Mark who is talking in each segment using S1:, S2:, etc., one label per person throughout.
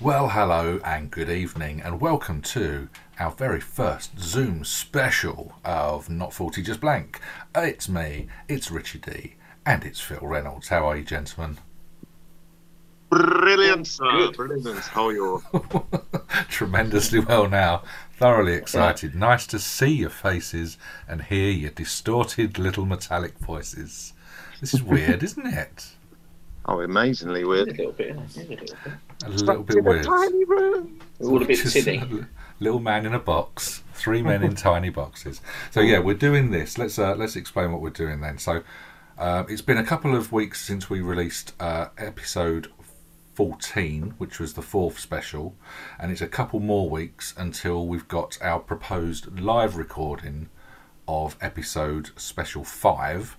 S1: Well, hello and good evening, and welcome to our very first Zoom special of Not 40 Just Blank. It's me, it's Richie D, and it's Phil Reynolds. How are you, gentlemen?
S2: Brilliant, sir. Brilliant. How are you?
S1: Tremendously well now. Thoroughly excited. Nice to see your faces and hear your distorted little metallic voices. This is weird, isn't it?
S2: Oh, amazingly
S3: A
S2: weird.
S3: little bit. yeah, a little bit.
S1: A little bit weird.
S2: room.
S3: We're all a bit
S1: Just
S3: silly.
S1: a li- little man in a box. Three men in tiny boxes. So yeah, we're doing this. Let's uh, let's explain what we're doing then. So uh, it's been a couple of weeks since we released uh, episode fourteen, which was the fourth special, and it's a couple more weeks until we've got our proposed live recording of episode special five,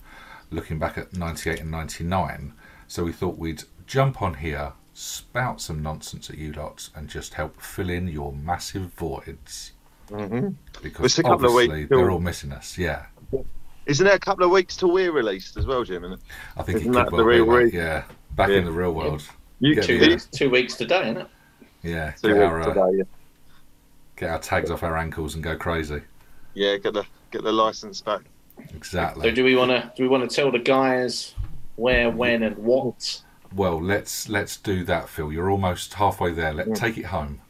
S1: looking back at ninety eight and ninety nine. So we thought we'd jump on here, spout some nonsense at you lot, and just help fill in your massive voids.
S2: It's
S1: Because
S2: a couple of weeks
S1: obviously
S2: till-
S1: they're all missing us. Yeah,
S2: Isn't there a couple of weeks till we're released as well, Jim? Isn't it?
S1: I think
S2: Isn't
S1: it could
S2: that the
S1: well be.
S2: real
S1: that,
S2: reason?
S1: Yeah, back
S2: Yeah.
S1: in the real world.
S2: You
S1: Get
S3: Two
S1: the,
S3: weeks, two weeks today, isn't it?
S1: yeah,
S2: Two
S1: get
S2: weeks
S1: our, uh,
S2: today.
S1: get our tags off our ankles and go crazy.
S2: Yeah. yeah, get the get the license back.
S3: So
S1: Exactly.
S3: do we want to do we want to tell the guys where, when, and what?
S1: Well, let's let's do that, Phil. You're almost halfway there. Let us take it home.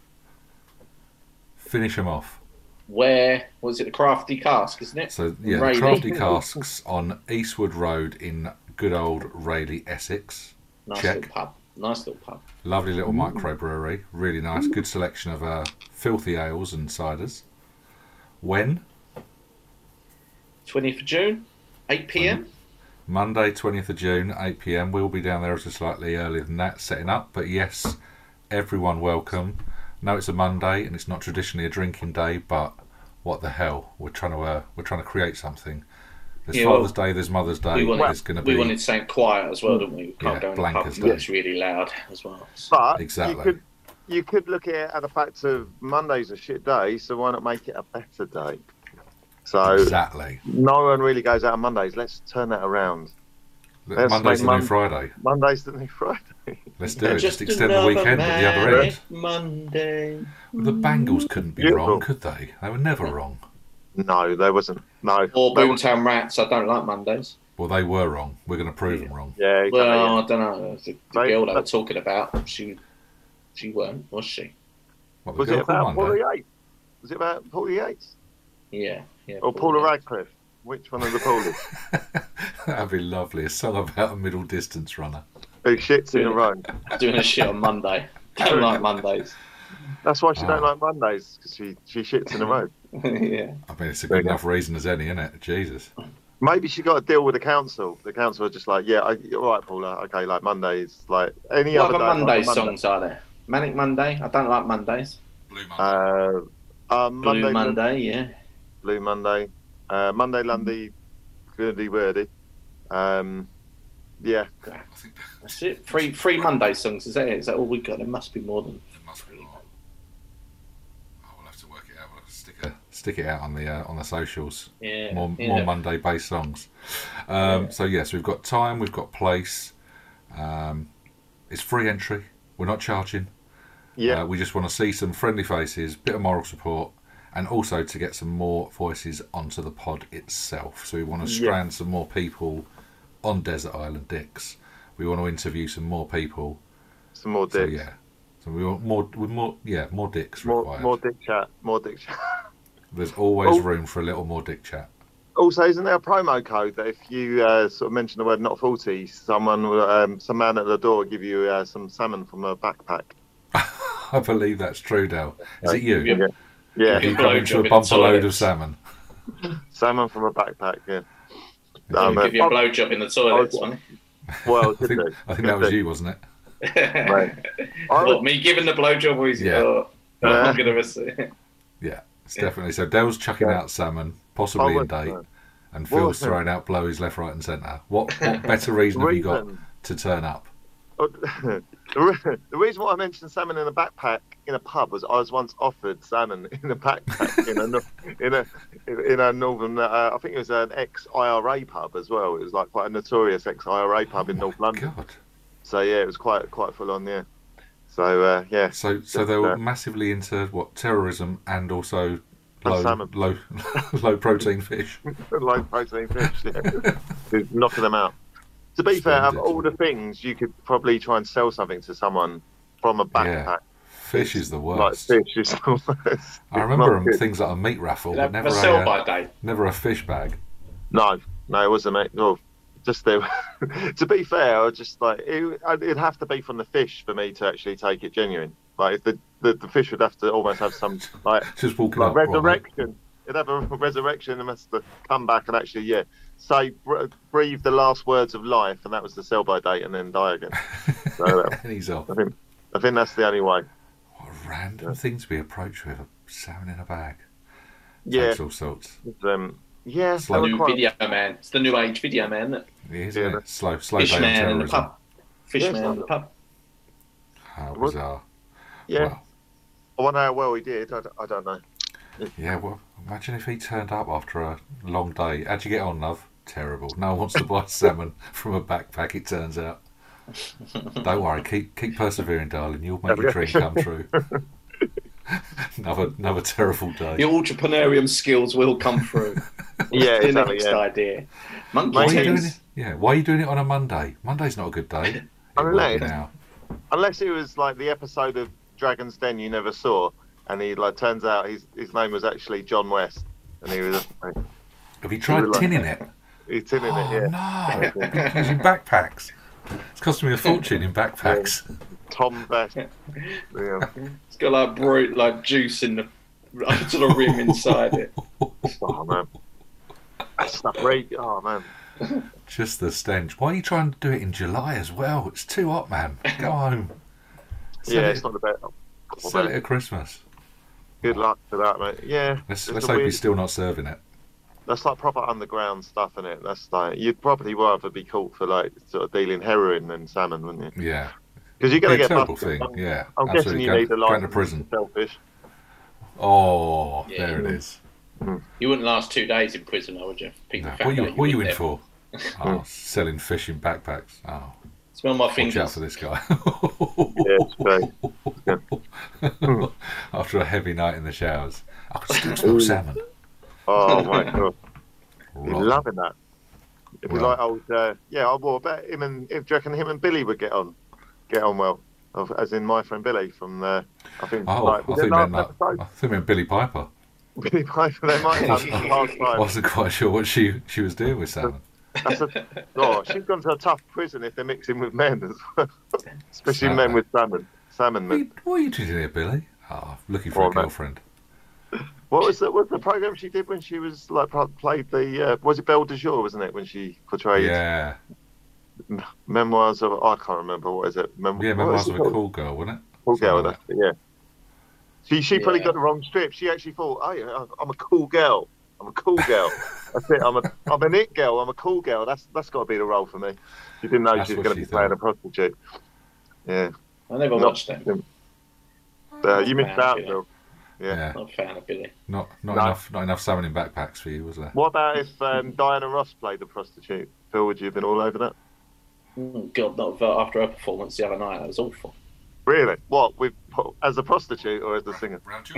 S1: Finish them off.
S3: Where was it? The crafty cask, isn't it?
S1: So yeah, the
S3: Rayleigh.
S1: crafty casks on Eastwood Road in good old Rayleigh, Essex.
S3: Nice
S1: check.
S3: little pub. Nice little pub.
S1: Lovely little microbrewery, really nice. Good selection of uh, filthy ales and ciders. When?
S3: Twentieth of June, eight p.m.
S1: Monday, 20th of June, 8 pm. We'll be down there as a slightly earlier than that, setting up. But yes, everyone welcome. No, it's a Monday and it's not traditionally a drinking day, but what the hell? We're trying to uh, we're trying to create something. There's
S3: Yeah, well,
S1: Father's Day, there's Mother's Day.
S3: we wanted-
S1: there's going to
S3: We
S1: be
S3: wanted something quiet as well, didn't we? We can't
S1: Yeah,
S3: go in the
S1: blank
S3: pub
S1: as
S3: and
S1: day.
S3: it's really loud as well. So
S2: But
S1: Exactly.
S2: You could, you could look at it at the fact of Monday's a shit day, so why not make it a better day? So
S1: exactly.
S2: no one really goes out on Mondays. Let's turn that around. Let's
S1: Monday's
S2: make
S1: the new
S2: Mon-
S1: Friday.
S2: Monday's the new Friday.
S1: Let's do it. Just extend the
S3: another
S1: weekend at the other end.
S3: manic Monday.
S1: The Bangles couldn't be
S2: Beautiful.
S1: wrong, could they? They were never wrong.
S2: No, there wasn't. No.
S3: Or
S2: There was-
S3: Boomtown Rats. I don't like Mondays.
S1: Well, they were wrong. We're going to prove them wrong.
S2: Yeah. exactly, yeah.
S3: Well, I don't know. The, the
S2: Right.
S3: girl they were talking about, she she weren't, was she?
S1: What, the
S2: Was
S1: girl
S2: it about
S1: called Monday?
S2: Paula Yates? Was it about Paula Yates
S3: Yeah. yeah
S2: or Paula Radcliffe? Which one of the Paulas?
S1: That'd be lovely. A song about a middle distance runner.
S2: Who shits in a row?
S3: Doing a shit on Monday. Don't like Mondays.
S2: That's why she don't
S1: Ah.
S2: like Mondays because she she shits in a row.
S3: yeah.
S1: I mean, it's a
S2: There
S1: good
S2: you go.
S1: enough reason as any, isn't it? Jesus.
S2: Maybe she got a deal with the council. The council are just like, yeah, I, all right, Paula, okay, like Mondays, like any
S3: What
S2: other
S3: other
S2: day,
S3: Monday
S2: like a
S3: songs are there? Manic Monday. I don't like Mondays.
S1: Blue Monday.
S2: Monday. Uh, uh, Monday,
S3: Blue Monday. Yeah.
S2: Blue Monday, uh, Monday,
S1: Mm-hmm.
S2: Lundy, Goody Wordy. Um, yeah,
S3: That's it. Three three Monday songs. Is that it? Is that all we got? There must be more than.
S1: There must be more. Oh, we'll have to work it out. We'll have to stick, a, stick it out on the uh, on the socials.
S3: Yeah.
S1: More,
S3: yeah.
S1: more Monday based songs. Um, So, yes, we've got time, we've got place. Um, it's free entry. We're not charging.
S2: yeah.
S1: Uh, we just want to see some friendly faces, bit of moral support, and also to get some more voices onto the pod itself. So we want to
S2: Yeah.
S1: strand some more people on Desert Island Dicks. We want to interview some more people.
S2: Some more
S1: So
S2: dicks.
S1: yeah, so we want more, with more, yeah, more dicks
S2: more,
S1: required.
S2: more dick chat. More dick chat.
S1: There's always
S2: Oh.
S1: room for a little more dick chat.
S2: Also, isn't there a promo code that if you uh, sort of mention the word not forty, someone, will, um, some man at the door, will give you uh, some salmon from a backpack?
S1: I believe that's true, Dale. Is it you?
S3: Yeah.
S2: Yeah,
S1: Have you
S3: Yeah.
S1: come
S3: Blowjob
S1: into
S3: in
S1: a
S3: the
S1: bumper load of
S3: toilets.
S1: salmon?
S2: salmon from a backpack. Yeah.
S3: They'll
S2: Um, uh,
S3: give you a blowjob in the
S2: Oh,
S3: toilet, Sonny.
S2: well,
S1: I think,
S2: did they?
S1: I think
S2: Did
S1: that was
S2: they?
S1: you, wasn't it?
S2: I
S3: What,
S2: was,
S3: me giving the blowjob or is
S1: Yeah.
S3: oh,
S2: Oh. Yeah.
S3: I'm gonna miss it.
S1: It's definitely so. Dale's chucking
S2: Yeah.
S1: out salmon,
S2: I
S1: possibly in
S2: was,
S1: date.
S2: uh,
S1: and
S2: Well,
S1: Phil's throwing out blowies left, right, and centre. What, what better reason have you got
S2: reason- Oh,
S1: to turn up?
S2: the re- the reason why I mentioned salmon in a backpack in a pub was I was once offered salmon in a backpack in a nor- in a in a northern uh, I think it was an ex IRA pub as well. It was like
S1: Oh
S2: Um, quite a notorious ex IRA pub in North London.
S1: God,
S2: So yeah, it was quite quite full on. Yeah. So uh, yeah,
S1: So, so
S2: Just,
S1: they were
S2: uh,
S1: massively into what terrorism and also
S2: And
S1: low,
S2: salmon.
S1: low, low protein fish.
S2: low protein fish. Yeah. Just knocking them out. To be fair, out of all the things you could probably try and sell something to someone from a backpack,
S1: Fish is the
S2: like
S1: worst.
S2: fish is the worst.
S1: I
S2: It's
S1: remember
S2: not
S1: 'em
S2: good.
S1: things like a meat raffle,
S3: You'd
S1: but
S3: have
S1: never
S3: a sell
S1: a, uh,
S3: by day.
S1: never a fish bag.
S2: No, no, it wasn't. Mate. No, just the. to be fair, I was just like it, it'd have to be from the fish for me to actually take it genuine. Like if the, the the fish would have to almost have some like
S1: Just walking
S2: like
S1: up. right,
S2: resurrection. It'd have a resurrection and must come back and actually, yeah, say, br- breathe the last words of life, and that was the sell by date, and then die again. So uh,
S1: and he's off.
S2: I think I think that's the only way.
S1: What a random thing to be approached with a salmon in a bag.
S2: Yeah,
S1: It's all sorts.
S2: it's, um, yeah,
S1: Slow.
S2: they were
S3: New
S2: quite-
S3: video man. It's the new age video man. isn't it?
S1: It is,
S2: Yeah,
S1: isn't it?
S2: that's-
S1: Slow, slow day on
S3: Fishman in the
S1: terrorism.
S3: pub. Fishman
S2: Yeah,
S3: in the pub.
S1: How
S2: What?
S1: bizarre.
S2: yeah.
S1: Well,
S2: I wonder how well he did. I, d- I don't know.
S1: yeah, well, imagine if he turned up after a long day. How'd you get on, love? Terrible. No one wants to buy salmon from a backpack, it turns out. Don't worry, keep keep persevering, darling. You'll make your dream come true. another another terrible day.
S3: The entrepreneurium skills will come through.
S2: Yeah,
S3: the
S2: exactly,
S3: next
S2: yeah.
S3: idea.
S1: Why
S3: Monkey
S1: are you doing
S3: tennis.
S1: it? Yeah, why are you doing it on a Monday? Monday's not a good day. It
S2: I don't
S1: will be
S2: know.
S1: now.
S2: Unless it was like the episode of Dragon's Den you never saw, and he like turns out his his name was actually John West, and he was like,
S1: Have you tried
S2: You're like-
S1: tinning it?
S2: he's tinning
S1: Oh
S2: it. Yeah,
S1: no! Using backpacks. It's costing me a fortune in backpacks.
S2: Tom Best. Yeah.
S3: It's got like brute like juice in the up to the rim inside it.
S2: Oh man, that's not great. Oh man,
S1: Just the stench. Why are you trying to do it in July as well? It's too hot, man. Go home. Sell
S2: yeah,
S1: it-
S2: it's not the best. Oh,
S1: Sell it
S2: mate,
S1: at Christmas.
S2: Good luck to that, mate. Yeah,
S1: Let's,
S2: it's
S1: let's
S2: a
S1: hope
S2: weird-
S1: he's still not serving it.
S2: that's like proper underground stuff, in it? That's like you'd probably rather be caught for like sort of dealing heroin than salmon, wouldn't you?
S1: Yeah.
S2: Because you're
S1: Be
S2: gonna
S1: a
S2: get
S1: terrible
S2: busted.
S1: thing.
S2: I'm,
S1: yeah.
S2: I'm guessing
S1: absolutely.
S2: you
S1: Going-
S2: need a
S1: Going
S2: license
S1: to
S2: to
S1: prison.
S2: sell fish.
S1: Oh,
S3: Yeah.
S1: there it is.
S3: You wouldn't last two days in prison, though, would you? People
S1: No,
S3: found
S1: What are you,
S3: out
S1: what are you
S3: were
S1: in
S3: there.
S1: for? Oh, selling fish in backpacks. Oh,
S3: Smell my
S1: watch out
S3: fingers.
S1: for this guy.
S2: Yeah, it's great.
S1: After a heavy night in the showers. I could still smell salmon.
S2: Oh my god, You'd be
S1: Rotten.
S2: loving that. It'd be
S1: Wow.
S2: like old. Uh, yeah, I well, I bet him and if do you reckon him and Billy would get on, get on well. Of- As in my friend Billy from uh, I think
S1: Oh,
S2: like,
S1: I
S2: was it
S1: think
S2: last
S1: meant that.
S2: episode?
S1: I think meant Billy Piper.
S2: Billy Piper, they might have done last
S1: I
S2: time.
S1: wasn't quite sure what she she was doing with salmon.
S2: That's a, oh, she's gone to a tough prison if they're mixing with men as well, especially
S1: Salmon.
S2: men with salmon, salmon
S1: What are
S2: men.
S1: you, what are you doing here, Billy? Oh, looking for
S2: Oh,
S1: a
S2: mate.
S1: girlfriend.
S2: What was the what was the program she did when she was like pro- played the uh, was it Belle de Jour, wasn't it? When she portrayed
S1: Yeah,
S2: memoirs of I can't remember what is it? Mem-
S1: yeah,
S2: what
S1: memoirs
S2: is it
S1: of a
S2: called?
S1: cool girl, wasn't it?
S2: Cool girl,
S1: something like
S2: that's it, yeah. She she probably
S3: Yeah.
S2: got the wrong strip. She actually thought, oh, yeah, I'm- I'm a cool girl. I'm a cool girl. that's it. I'm a I'm an it girl. I'm a cool girl. That's that's got to be the role for me. She didn't know
S1: That's
S2: she was
S1: what
S2: going
S1: she
S2: to be playing
S1: thought.
S2: a prostitute. Yeah,
S3: I never
S2: No.
S3: watched them.
S1: Oh,
S2: uh, you missed
S3: Wow,
S2: out,
S3: yeah.
S2: Bill.
S1: Yeah,
S2: Yeah.
S3: Not a fan of Billy.
S1: not not
S2: No.
S1: enough not enough salmon in backpacks for you, was there?
S2: What about if um, Diana Ross played the prostitute? Phil, would you have been all over that?
S3: Mm, God, not a- after her performance the other night. That was awful.
S2: Really? What with as a prostitute or as a singer?
S1: Round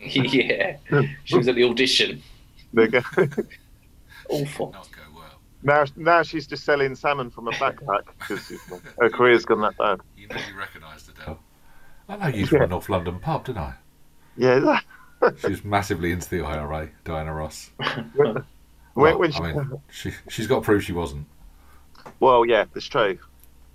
S3: yeah. She was at the audition.
S2: There you go.
S3: Awful.
S1: go well.
S2: now, now she's just selling salmon from a backpack because her career's gone that bad.
S1: You know you recognised Adele. I know you from a
S2: Yeah.
S1: North London pub, didn't I?
S2: Yeah. that-
S1: She was massively into the IRA, Diana Ross.
S2: When,
S1: Well,
S2: when she,
S1: I mean, she she's got to prove she wasn't.
S2: well, yeah, that's true.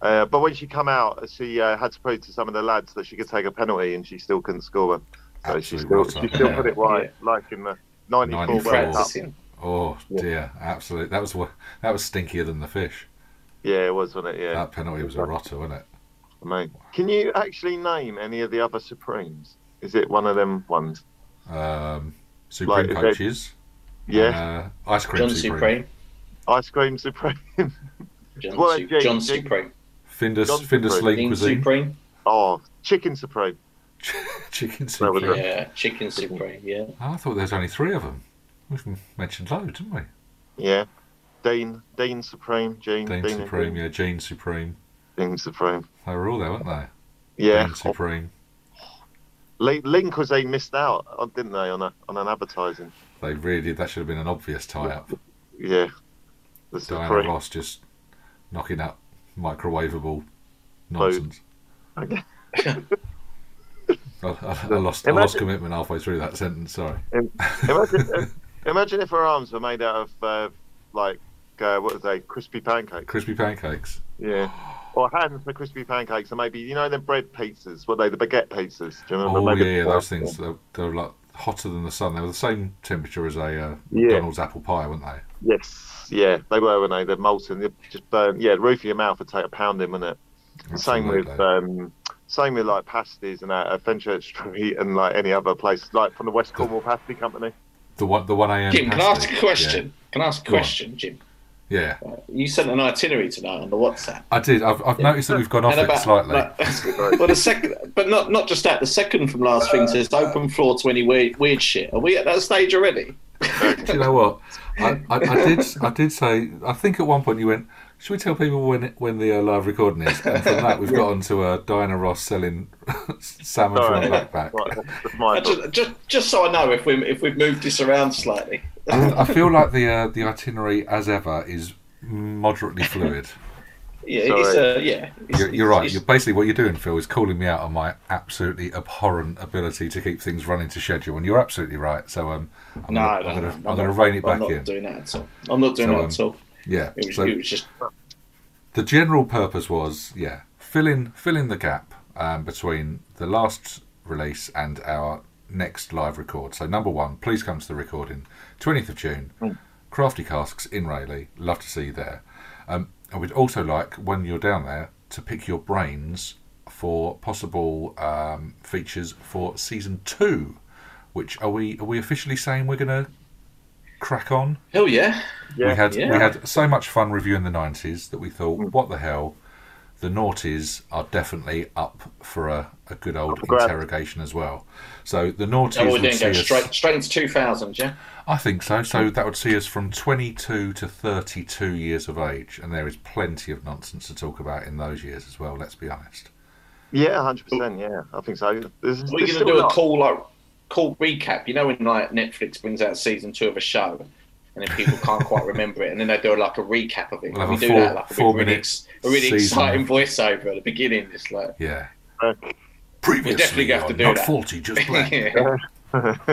S2: Uh, but when she come out, she uh, had to prove to some of the lads that she could take a penalty, and she still couldn't score one. So
S1: Absolute
S2: she
S1: rotter,
S2: still, she still
S1: yeah.
S2: put it right, like in the '94 World Cup.
S3: Practicing.
S1: Oh
S2: Yeah.
S1: dear, absolutely. That was wha- that was stinkier than the fish.
S2: Yeah, it was, wasn't it? Yeah,
S1: That penalty was a rotter, wasn't it?
S2: mate. Can you actually name any of the other Supremes? Is it one of them ones?
S1: Um, Supreme
S2: Like, if they-
S1: coaches.
S2: Yeah,
S1: Uh, ice cream
S3: John
S1: Supreme.
S3: Supreme.
S2: Ice Cream Supreme.
S3: John,
S2: Well,
S3: Su-
S2: Jane-
S3: John
S2: Jane-
S3: Supreme.
S1: Findus,
S2: John
S1: Findus
S2: Supreme.
S1: Lean
S3: Dean
S1: Cuisine.
S3: Supreme.
S2: oh, Chicken Supreme.
S1: Chicken
S2: That was
S1: Supreme.
S2: Yeah.
S3: Yeah. Chicken Supreme. Yeah.
S1: I thought there was only three of them. We've m- mentioned loads, haven't we?
S2: Yeah, Dean, Dean Supreme, Gene,
S1: Dean
S2: and
S1: Supreme,
S2: Dean,
S1: yeah, Gene Supreme.
S2: Dean Supreme.
S1: They were all there, weren't they?
S2: Yeah.
S1: Being supreme.
S2: Li- Link was they missed out, uh, didn't they, on a, on an advertising?
S1: They really did. That should have been an obvious tie-up.
S2: Yeah. The
S1: Diana
S2: Supreme.
S1: Ross just knocking up microwavable nonsense.
S2: Okay.
S1: I, I, I lost. I lost
S2: Imagine- commitment
S1: commitment halfway through that sentence. Sorry.
S2: imagine, uh, imagine if her arms were made out of uh, like uh, what are they? Crispy pancakes.
S1: Crispy pancakes.
S2: Yeah. Or hands for crispy pancakes, and maybe you know them bread pizzas. What are they? The baguette pizzas. Do you remember?
S1: Oh
S2: Maybe-
S1: yeah, those things. They, they were like hotter than the sun. They were the same temperature as a uh,
S2: Yeah.
S1: McDonald's apple pie, weren't they?
S2: Yes. Yeah, they were, weren't they? They're molten. They just burn. Yeah, the roof of your mouth would take a pounding, wouldn't it? Same with
S1: Absolutely.
S2: um, same with like pasties and that at Fenchurch Street and like any other place, like from the West Cornwall Pasty Company.
S1: the one the one a.m.
S3: Jim, can I ask
S1: pasty.
S3: a
S1: Yeah.
S3: question? Can I ask a
S1: Go on.
S3: question, Jim?
S1: Yeah.
S3: You sent an itinerary tonight on the WhatsApp.
S1: I did. I've, I've noticed that we've gone off
S3: And
S1: it
S3: about-
S1: slightly.
S3: like- well, the second, but not not just that. The second from last
S2: Uh,
S3: thing says open floor to any weird weird shit. Are we at that stage already?
S1: Do you know what? I, I, I did. I did say. I think at one point you went. Should we tell people when it- when the uh, live recording is? And from that we've got on to uh, Diana Ross selling salmon from a
S2: Sorry.
S1: backpack.
S2: Right, that's, that's my
S3: I
S2: fault.
S3: just, just just so I know if we if we've moved this around slightly.
S1: I, I feel like the uh, the itinerary as ever is moderately fluid.
S3: Yeah,
S2: Sorry.
S3: it's uh, yeah. It's,
S1: You're, you're right.
S3: it's-
S1: You're basically what you're doing, Phil, is calling me out on my absolutely abhorrent ability to keep things running to schedule, and you're absolutely right. So um, I'm
S3: no,
S1: gonna,
S3: no,
S1: I'm
S3: no,
S1: gonna, I'm
S3: not-
S1: gonna rein it
S3: I'm
S1: back
S3: not
S1: in.
S3: doing that at all. I'm not doing
S1: So,
S3: that
S1: um,
S3: at all.
S1: Yeah.
S3: It was,
S1: So
S3: it was just
S1: the general purpose was yeah fill in fill in the gap um, between the last release and our next live record so number one please come to the recording 20th of june crafty casks in rayleigh love to see you there um, and we'd also like when you're down there to pick your brains for possible um, features for season two which are we are we officially saying we're gonna crack on
S3: hell yeah.
S1: we had we
S3: Yeah.
S1: had so much fun reviewing the nineties that we thought,
S2: Mm.
S1: what the hell, the noughties are definitely up for a, a good old
S2: for grabs.
S1: interrogation as well. So the noughties
S3: No, Oh, we're
S1: would
S3: doing
S1: see
S3: go
S1: us.
S3: straight straight into 2000. Yeah.
S1: I think so. So that would see us from twenty two to thirty two years of age, and there is plenty of nonsense to talk about in those years as well. Let's be honest.
S2: Yeah, hundred percent. Yeah, I think so. This
S3: We're
S2: is, this
S3: going to
S2: still
S3: do a
S2: not-
S3: cool like cool recap. You know when like Netflix brings out season two of a show, and then people can't quite remember it, and then they do like a recap of it.
S1: We'll have
S3: we
S1: a
S3: do
S1: four-
S3: that like
S1: four
S3: a really,
S1: minute
S3: ex- a really
S1: season.
S3: exciting voiceover at the beginning. It's like
S1: Yeah.
S2: Uh,
S1: Previously,
S3: definitely have to
S1: on
S3: do
S1: not
S3: that.
S1: forty, just blank.
S3: yeah.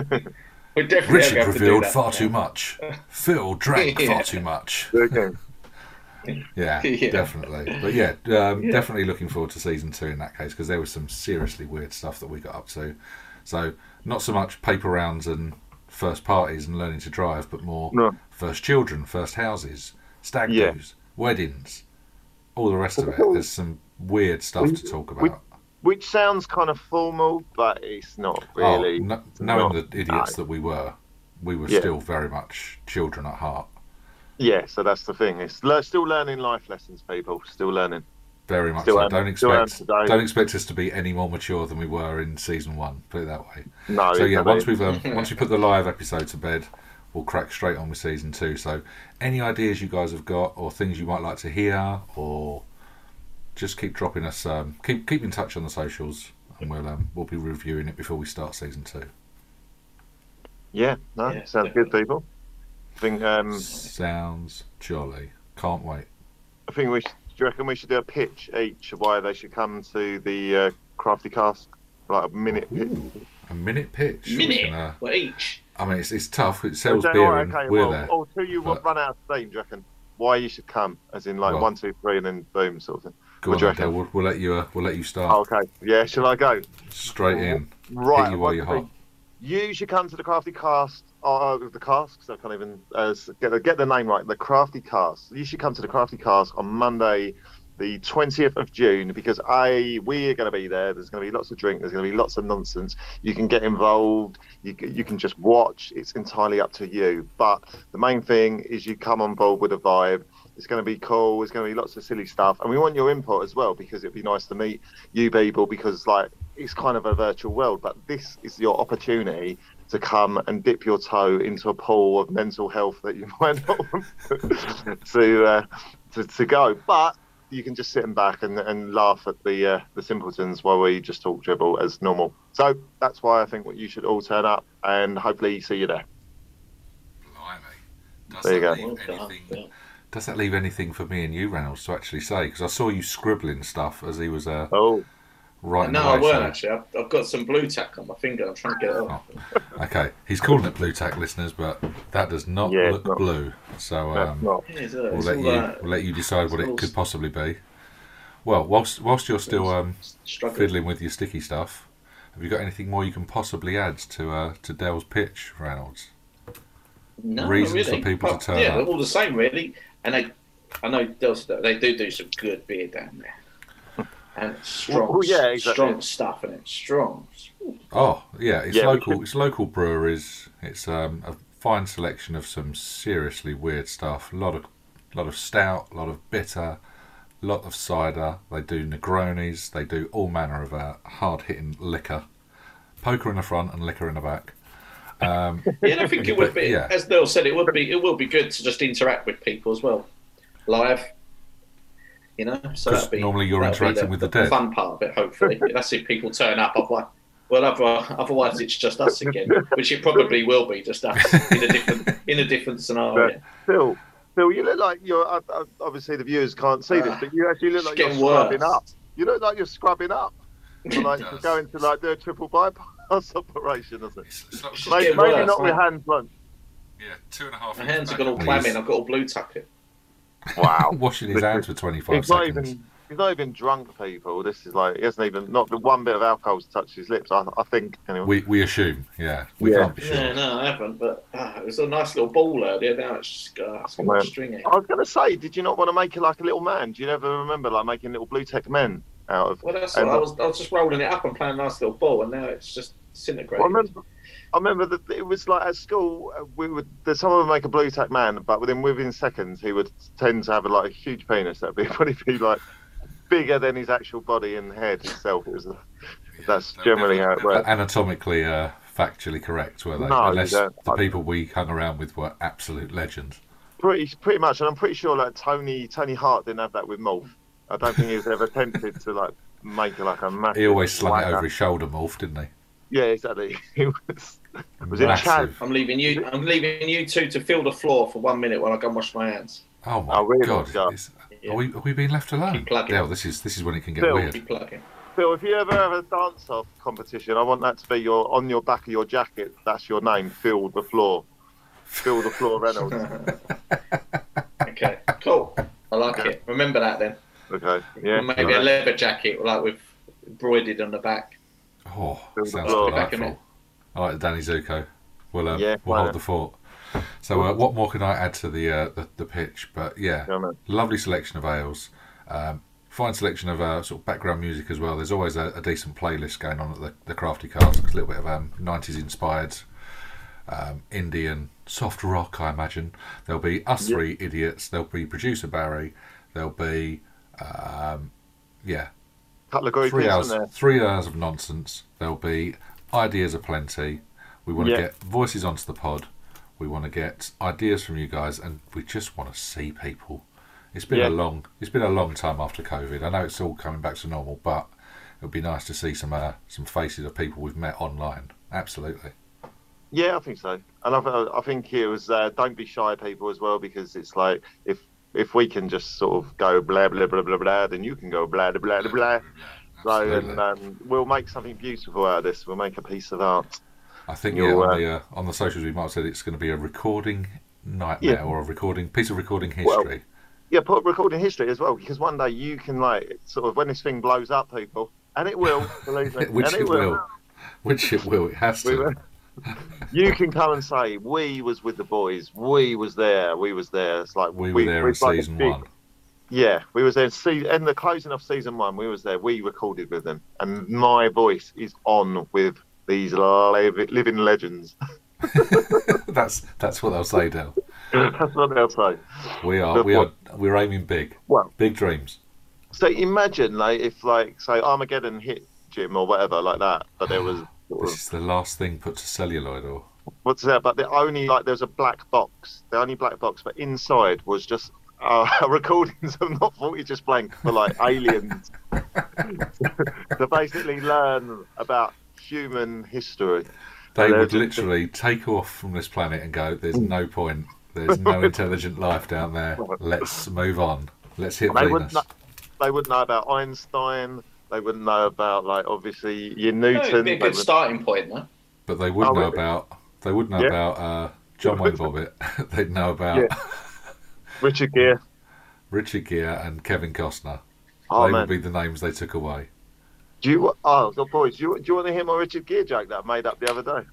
S3: We're definitely gonna
S1: Richard
S3: have to do
S1: revealed
S3: that.
S1: far too much. Phil drank
S3: Yeah.
S1: far too much.
S2: okay.
S1: Yeah,
S3: Yeah.
S1: definitely. But yeah, um,
S3: Yeah.
S1: definitely looking forward to season two in that case because there was some seriously weird stuff that we got up to. So not so much paper rounds and first parties and learning to drive, but more
S2: No.
S1: first children, first houses, stag
S2: Yeah.
S1: do's, weddings, all the rest of it. There's some weird stuff to talk
S2: we-
S1: about.
S2: Which sounds kind of formal, but it's not
S1: Oh,
S2: really.
S1: kn-
S2: It's
S1: knowing
S2: not.
S1: the idiots that we were, we were
S2: Yeah.
S1: still very much children at heart.
S2: Yeah, so that's the thing. It's le- still learning life lessons, people. Still learning.
S1: Very much.
S2: Still
S1: So.
S2: am-
S1: Don't
S2: still am
S1: expect
S2: today.
S1: don't expect us to be any more mature than we were in season one. Put it that way.
S2: No.
S1: So yeah,
S2: it's not
S1: once we've um, once we put the live episode to bed, we'll crack straight on with season two. So any ideas you guys have got, or things you might like to hear, or just keep dropping us, um, keep keep in touch on the socials, and we'll um, we'll be reviewing it before we start season two.
S2: Yeah, no,
S3: Yeah,
S2: sounds good, people. I think um,
S1: Sounds jolly. Can't wait.
S2: I think we should, do you reckon we should do a pitch each of why they should come to the uh, Crafty Cast, like a minute pitch.
S1: A minute pitch. We
S3: Minute
S1: can, uh,
S3: for each.
S1: I mean, it's, it's tough. It sells
S2: Okay,
S1: beer,
S2: alright,
S1: and
S2: okay,
S1: we're
S2: well, oh,
S1: there.
S2: Or two, you will
S1: But-
S2: run out of steam. Do you reckon why you should come, as in like
S1: Well-
S2: one, two, three, and then boom, sort of thing.
S1: Go
S2: what
S1: on,
S2: do you
S1: Adele,
S2: reckon?
S1: we'll, we'll let you. Uh, we'll let you start
S2: Oh, okay, yeah, shall I go?
S1: straight in.
S2: Right,
S1: Hit you
S2: one,
S1: while you're
S2: two,
S1: hot.
S2: You should come to the Crafty Cast, uh, the casks. I can't even uh, s- get get the name right. The Crafty Cast. You should come to the Crafty Cast on Monday, the twentieth of June, because I we are going to be there. There's going to be lots of drink. There's going to be lots of nonsense. You can get involved. You c- you can just watch. It's entirely up to you. But the main thing is you come on board with a vibe. It's going to be cool. It's going to be lots of silly stuff, and we want your input as well because it'd be nice to meet you people because like it's kind of a virtual world, but this is your opportunity to come and dip your toe into a pool of mental health that you might not want to, uh, to to go. But you can just sit and back and, and laugh at the uh, the simpletons while we just talk dribble as normal. So that's why I think what you should all turn up and hopefully see you there.
S1: Blimey. Does
S2: There you
S1: that
S2: go.
S1: leave
S4: Well
S1: anything-
S4: done.
S1: Does that leave anything for me and you, Reynolds, to actually say? Because I saw you scribbling stuff as he was uh,
S2: Oh,
S1: writing.
S4: No, I
S1: away,
S4: weren't actually. I've, I've got some blue tack on my finger. I'm trying to get it
S1: Oh.
S4: off.
S1: so- Okay, he's calling it blue tack, listeners, but that does not
S2: Yeah,
S1: look
S2: it's not.
S1: blue. So
S2: that's
S1: um,
S2: not.
S4: Here's
S3: uh,
S4: a-
S1: we'll
S4: it's
S1: let
S4: all
S1: you
S4: that
S1: we'll let you decide what
S4: it's all
S1: it could possibly be. Well, whilst whilst you're still um,
S4: struggling.
S1: fiddling with your sticky stuff, have you got anything more you can possibly add to uh, to Dell's pitch, Reynolds?
S4: No, not
S1: reasons
S4: really.
S1: for people to
S4: But,
S1: turn
S4: yeah,
S1: up.
S4: they're all the same, really. And they, I know they'll- they do do some good beer down there, and it's strong,
S2: Well, yeah, exactly.
S4: strong stuff, and it's strong.
S1: Oh, yeah, it's
S2: Yeah, we
S1: local. It's local breweries. It's um, a fine selection of some seriously weird stuff. A lot of, lot of stout, a lot of bitter, lot of cider. They do Negronis. They do all manner of uh, hard-hitting liquor. Poker in the front and liquor in the back. Um,
S4: Yeah, and I think it would
S1: But,
S4: be,
S1: yeah.
S4: as Neil said, it would be, it will be good to just interact with people as well, live. You know, so
S1: 'Cause
S4: that'd be,
S1: normally you're
S4: that'd be
S1: interacting with the dead.
S4: Fun part of it, hopefully. That's if people turn up. Otherwise, well, otherwise, otherwise it's just us again, which it probably will be, just us in a different in a different scenario.
S2: Phil, Phil, you look like you're. I- I- Obviously, the viewers can't see this, but you actually look
S4: It's
S2: like you're
S4: getting worse.
S2: scrubbing up. You look like you're scrubbing up. You're like
S1: does.
S2: going to like do a triple bypass operation, isn't it?
S1: it's, it's not-
S4: Just
S2: Maybe,
S4: getting
S2: maybe
S4: worse,
S2: not with
S4: man.
S2: hands blunt.
S1: yeah, two and a half.
S4: My
S1: inches
S4: hands have
S1: back
S4: got all
S1: at
S4: clammy.
S1: least.
S4: and I've got all blue tack it.
S2: Wow.
S1: Washing his hands for 25
S2: he's not
S1: seconds.
S2: even he's not even drunk people this is like he hasn't even not the one bit of alcohol's touched his lips i, I think anyway
S1: We we assume, yeah, we
S2: Yeah.
S1: can't be sure.
S4: Yeah, no, I haven't. But uh, it was a nice little ball earlier. Now it's just uh, it's got
S2: Man.
S4: stringy.
S2: i was going to say did you not want to make it like a little man do you never remember like making little blue tech men out of
S4: Well, that's
S2: And-
S4: what I was. I was just rolling it up and playing a nice little ball, and now it's just disintegrated.
S2: Well, I remember, I remember that it was like at school uh, we would that someone would make a blue tack man, but within within seconds he would tend to have a, like a huge penis that'd be probably be like bigger than his actual body and head itself. It was That's
S1: they're
S2: generally how it
S1: never
S2: works.
S1: Anatomically, uh, factually correct, were they?
S2: No,
S1: Unless
S2: they
S1: the
S2: don't.
S1: people we hung around with were absolute legends.
S2: pretty pretty much, and I'm pretty sure like Tony Tony Hart didn't have that with Molf. I don't think he was ever tempted to like make it like a massive.
S1: He always slung it
S2: wanker.
S1: over his shoulder, Morph, didn't he?
S2: Yeah, exactly. He was. Was it
S1: Massive.
S4: I'm leaving you. I'm leaving you two to fill the floor for one minute while I go and wash my hands.
S1: Oh my
S2: Oh, really?
S1: god!
S2: Yeah.
S1: It's-
S4: Yeah.
S1: Are we are we being left alone?
S4: Keep plugging.
S1: Dale, this is this is when it can get
S2: Phil.
S1: weird.
S4: Keep plugging.
S2: Phil, if you ever have a dance off competition, I want that to be your on your back of your jacket. That's your name. Fill the floor. Fill the floor, Reynolds.
S4: okay, cool. I like it. Remember that then.
S2: Okay. Yeah.
S4: Maybe a leather jacket, like with embroidered on the back.
S1: Oh,
S2: Phil, the
S1: sounds
S2: floor.
S4: Back in
S1: delightful. I like the Danny Zuko. We'll um,
S2: Yeah,
S1: we'll
S2: why
S1: hold
S2: not?
S1: the fort. So, uh, what more can I add to the uh, the, the pitch? But yeah,
S2: Yeah, man.
S1: lovely selection of ales. Um, fine selection of uh, sort of background music as well. There's always a, a decent playlist going on at the, the Crafty Cars. A little bit of um, 90s inspired um, Indian soft rock, I imagine. There'll be us
S2: Yeah.
S1: three idiots. There'll be producer Barry. There'll be um, yeah,
S2: Couple of groupies,
S1: three hours,
S2: isn't there?
S1: three hours of nonsense. There'll be ideas aplenty. We want to
S2: Yeah.
S1: get voices onto the pod. We want to get ideas from you guys, and we just want to see people. It's been
S2: Yeah.
S1: a long, it's been a long time after COVID. I know it's all coming back to normal, but it would be nice to see some uh, some faces of people we've met online. Absolutely.
S2: Yeah, I think so. And I, th- I think it was uh, don't be shy, people, as well, because it's like if if we can just sort of go blah blah blah blah blah, then you can go blah blah blah blah. blah. So
S1: Absolutely.
S2: and, um, we'll make something beautiful out of this. We'll make a piece of art.
S1: I think yeah,
S2: You'll,
S1: on, the, uh, on the socials we might have said it's going to be a recording nightmare
S2: Yeah.
S1: or a recording piece of recording
S2: Well,
S1: history.
S2: Yeah, put recording history as well, because one day you can like sort of when this thing blows up, people, and it will, believe me,
S1: which
S2: and
S1: it will. Which it will. It has
S2: We
S1: to.
S2: were- You can come and say we was with the boys, we was there, we was there. It's like
S1: we were there in
S2: it's like a
S1: season
S2: big-
S1: one.
S2: Yeah, we was there. in Se- in the closing of season one, we was there. We recorded with them, and my voice is on with these li- living legends.
S1: that's that's what they'll say, Dale.
S2: That's what they'll say.
S1: We are
S2: Good
S1: we are we're aiming big.
S2: Well-
S1: big dreams.
S2: So imagine, like, if like say Armageddon hit Jim or whatever like that, but there was
S1: This is the last thing put to celluloid or
S2: what's that? But the only like there was a black box. The only black box, but inside was just uh, recordings of not footage just blank for like aliens to basically learn about human history.
S1: They
S2: And they're
S1: would
S2: just- Mm.
S1: literally take off from this planet and go, there's no point. There's no intelligent life down there. Let's move on. Let's hit
S2: They wouldn't,
S1: Venus.
S2: know, they wouldn't know about Einstein. They wouldn't know about like obviously your Newton.
S4: No, Oh, it'd be
S2: they
S4: a good
S2: would-
S4: starting point, though.
S1: But they would
S2: Oh,
S1: know
S2: really?
S1: about they would know
S2: Yeah.
S1: about uh, John Wayne Bobbitt. They'd know about
S2: Yeah. Richard Gere.
S1: Richard Gere and Kevin Costner.
S2: Oh
S1: they
S2: man,
S1: would be the names they took away.
S2: do you? Oh, good boys. Do you, do you want to hear my Richard Gere joke that I made up the other day?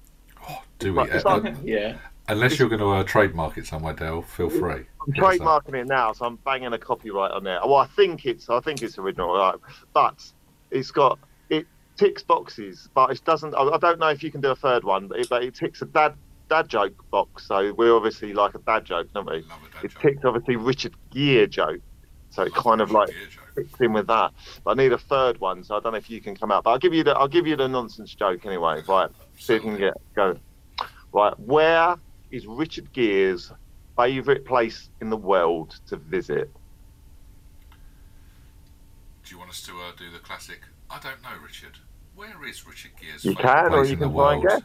S1: Do we?
S2: Right, it's
S1: uh,
S2: not-
S1: uh,
S4: Yeah.
S1: unless you're going to uh, trademark it somewhere, Dale, feel
S2: Mm.
S1: free.
S2: I'm
S1: Hit us up.
S2: trademarking it now, so I'm banging a copyright on there. Well, I think it's I think it's original, right? but it's got it ticks boxes, but it doesn't. I I don't know if you can do a third one, but it, but it ticks a dad dad joke box. So we're obviously like a dad joke, don't we?
S1: Love a dad
S2: It
S1: joke.
S2: ticks obviously Richard Gere joke, so it
S1: Love
S2: kind
S1: a
S2: of like
S1: Richard Gere joke.
S2: fits in with that. But I need a third one, so I don't know if you can come out. But I'll give you the I'll give you the nonsense joke anyway. Right, so you can get go. Right, where is Richard Gere's favourite place in the world to visit?
S1: Do you want us to uh, do the classic? I don't know, Richard. Where is Richard Gere's
S2: You
S1: favourite
S2: can, or
S1: place
S2: you
S1: in the
S2: can try and
S1: world?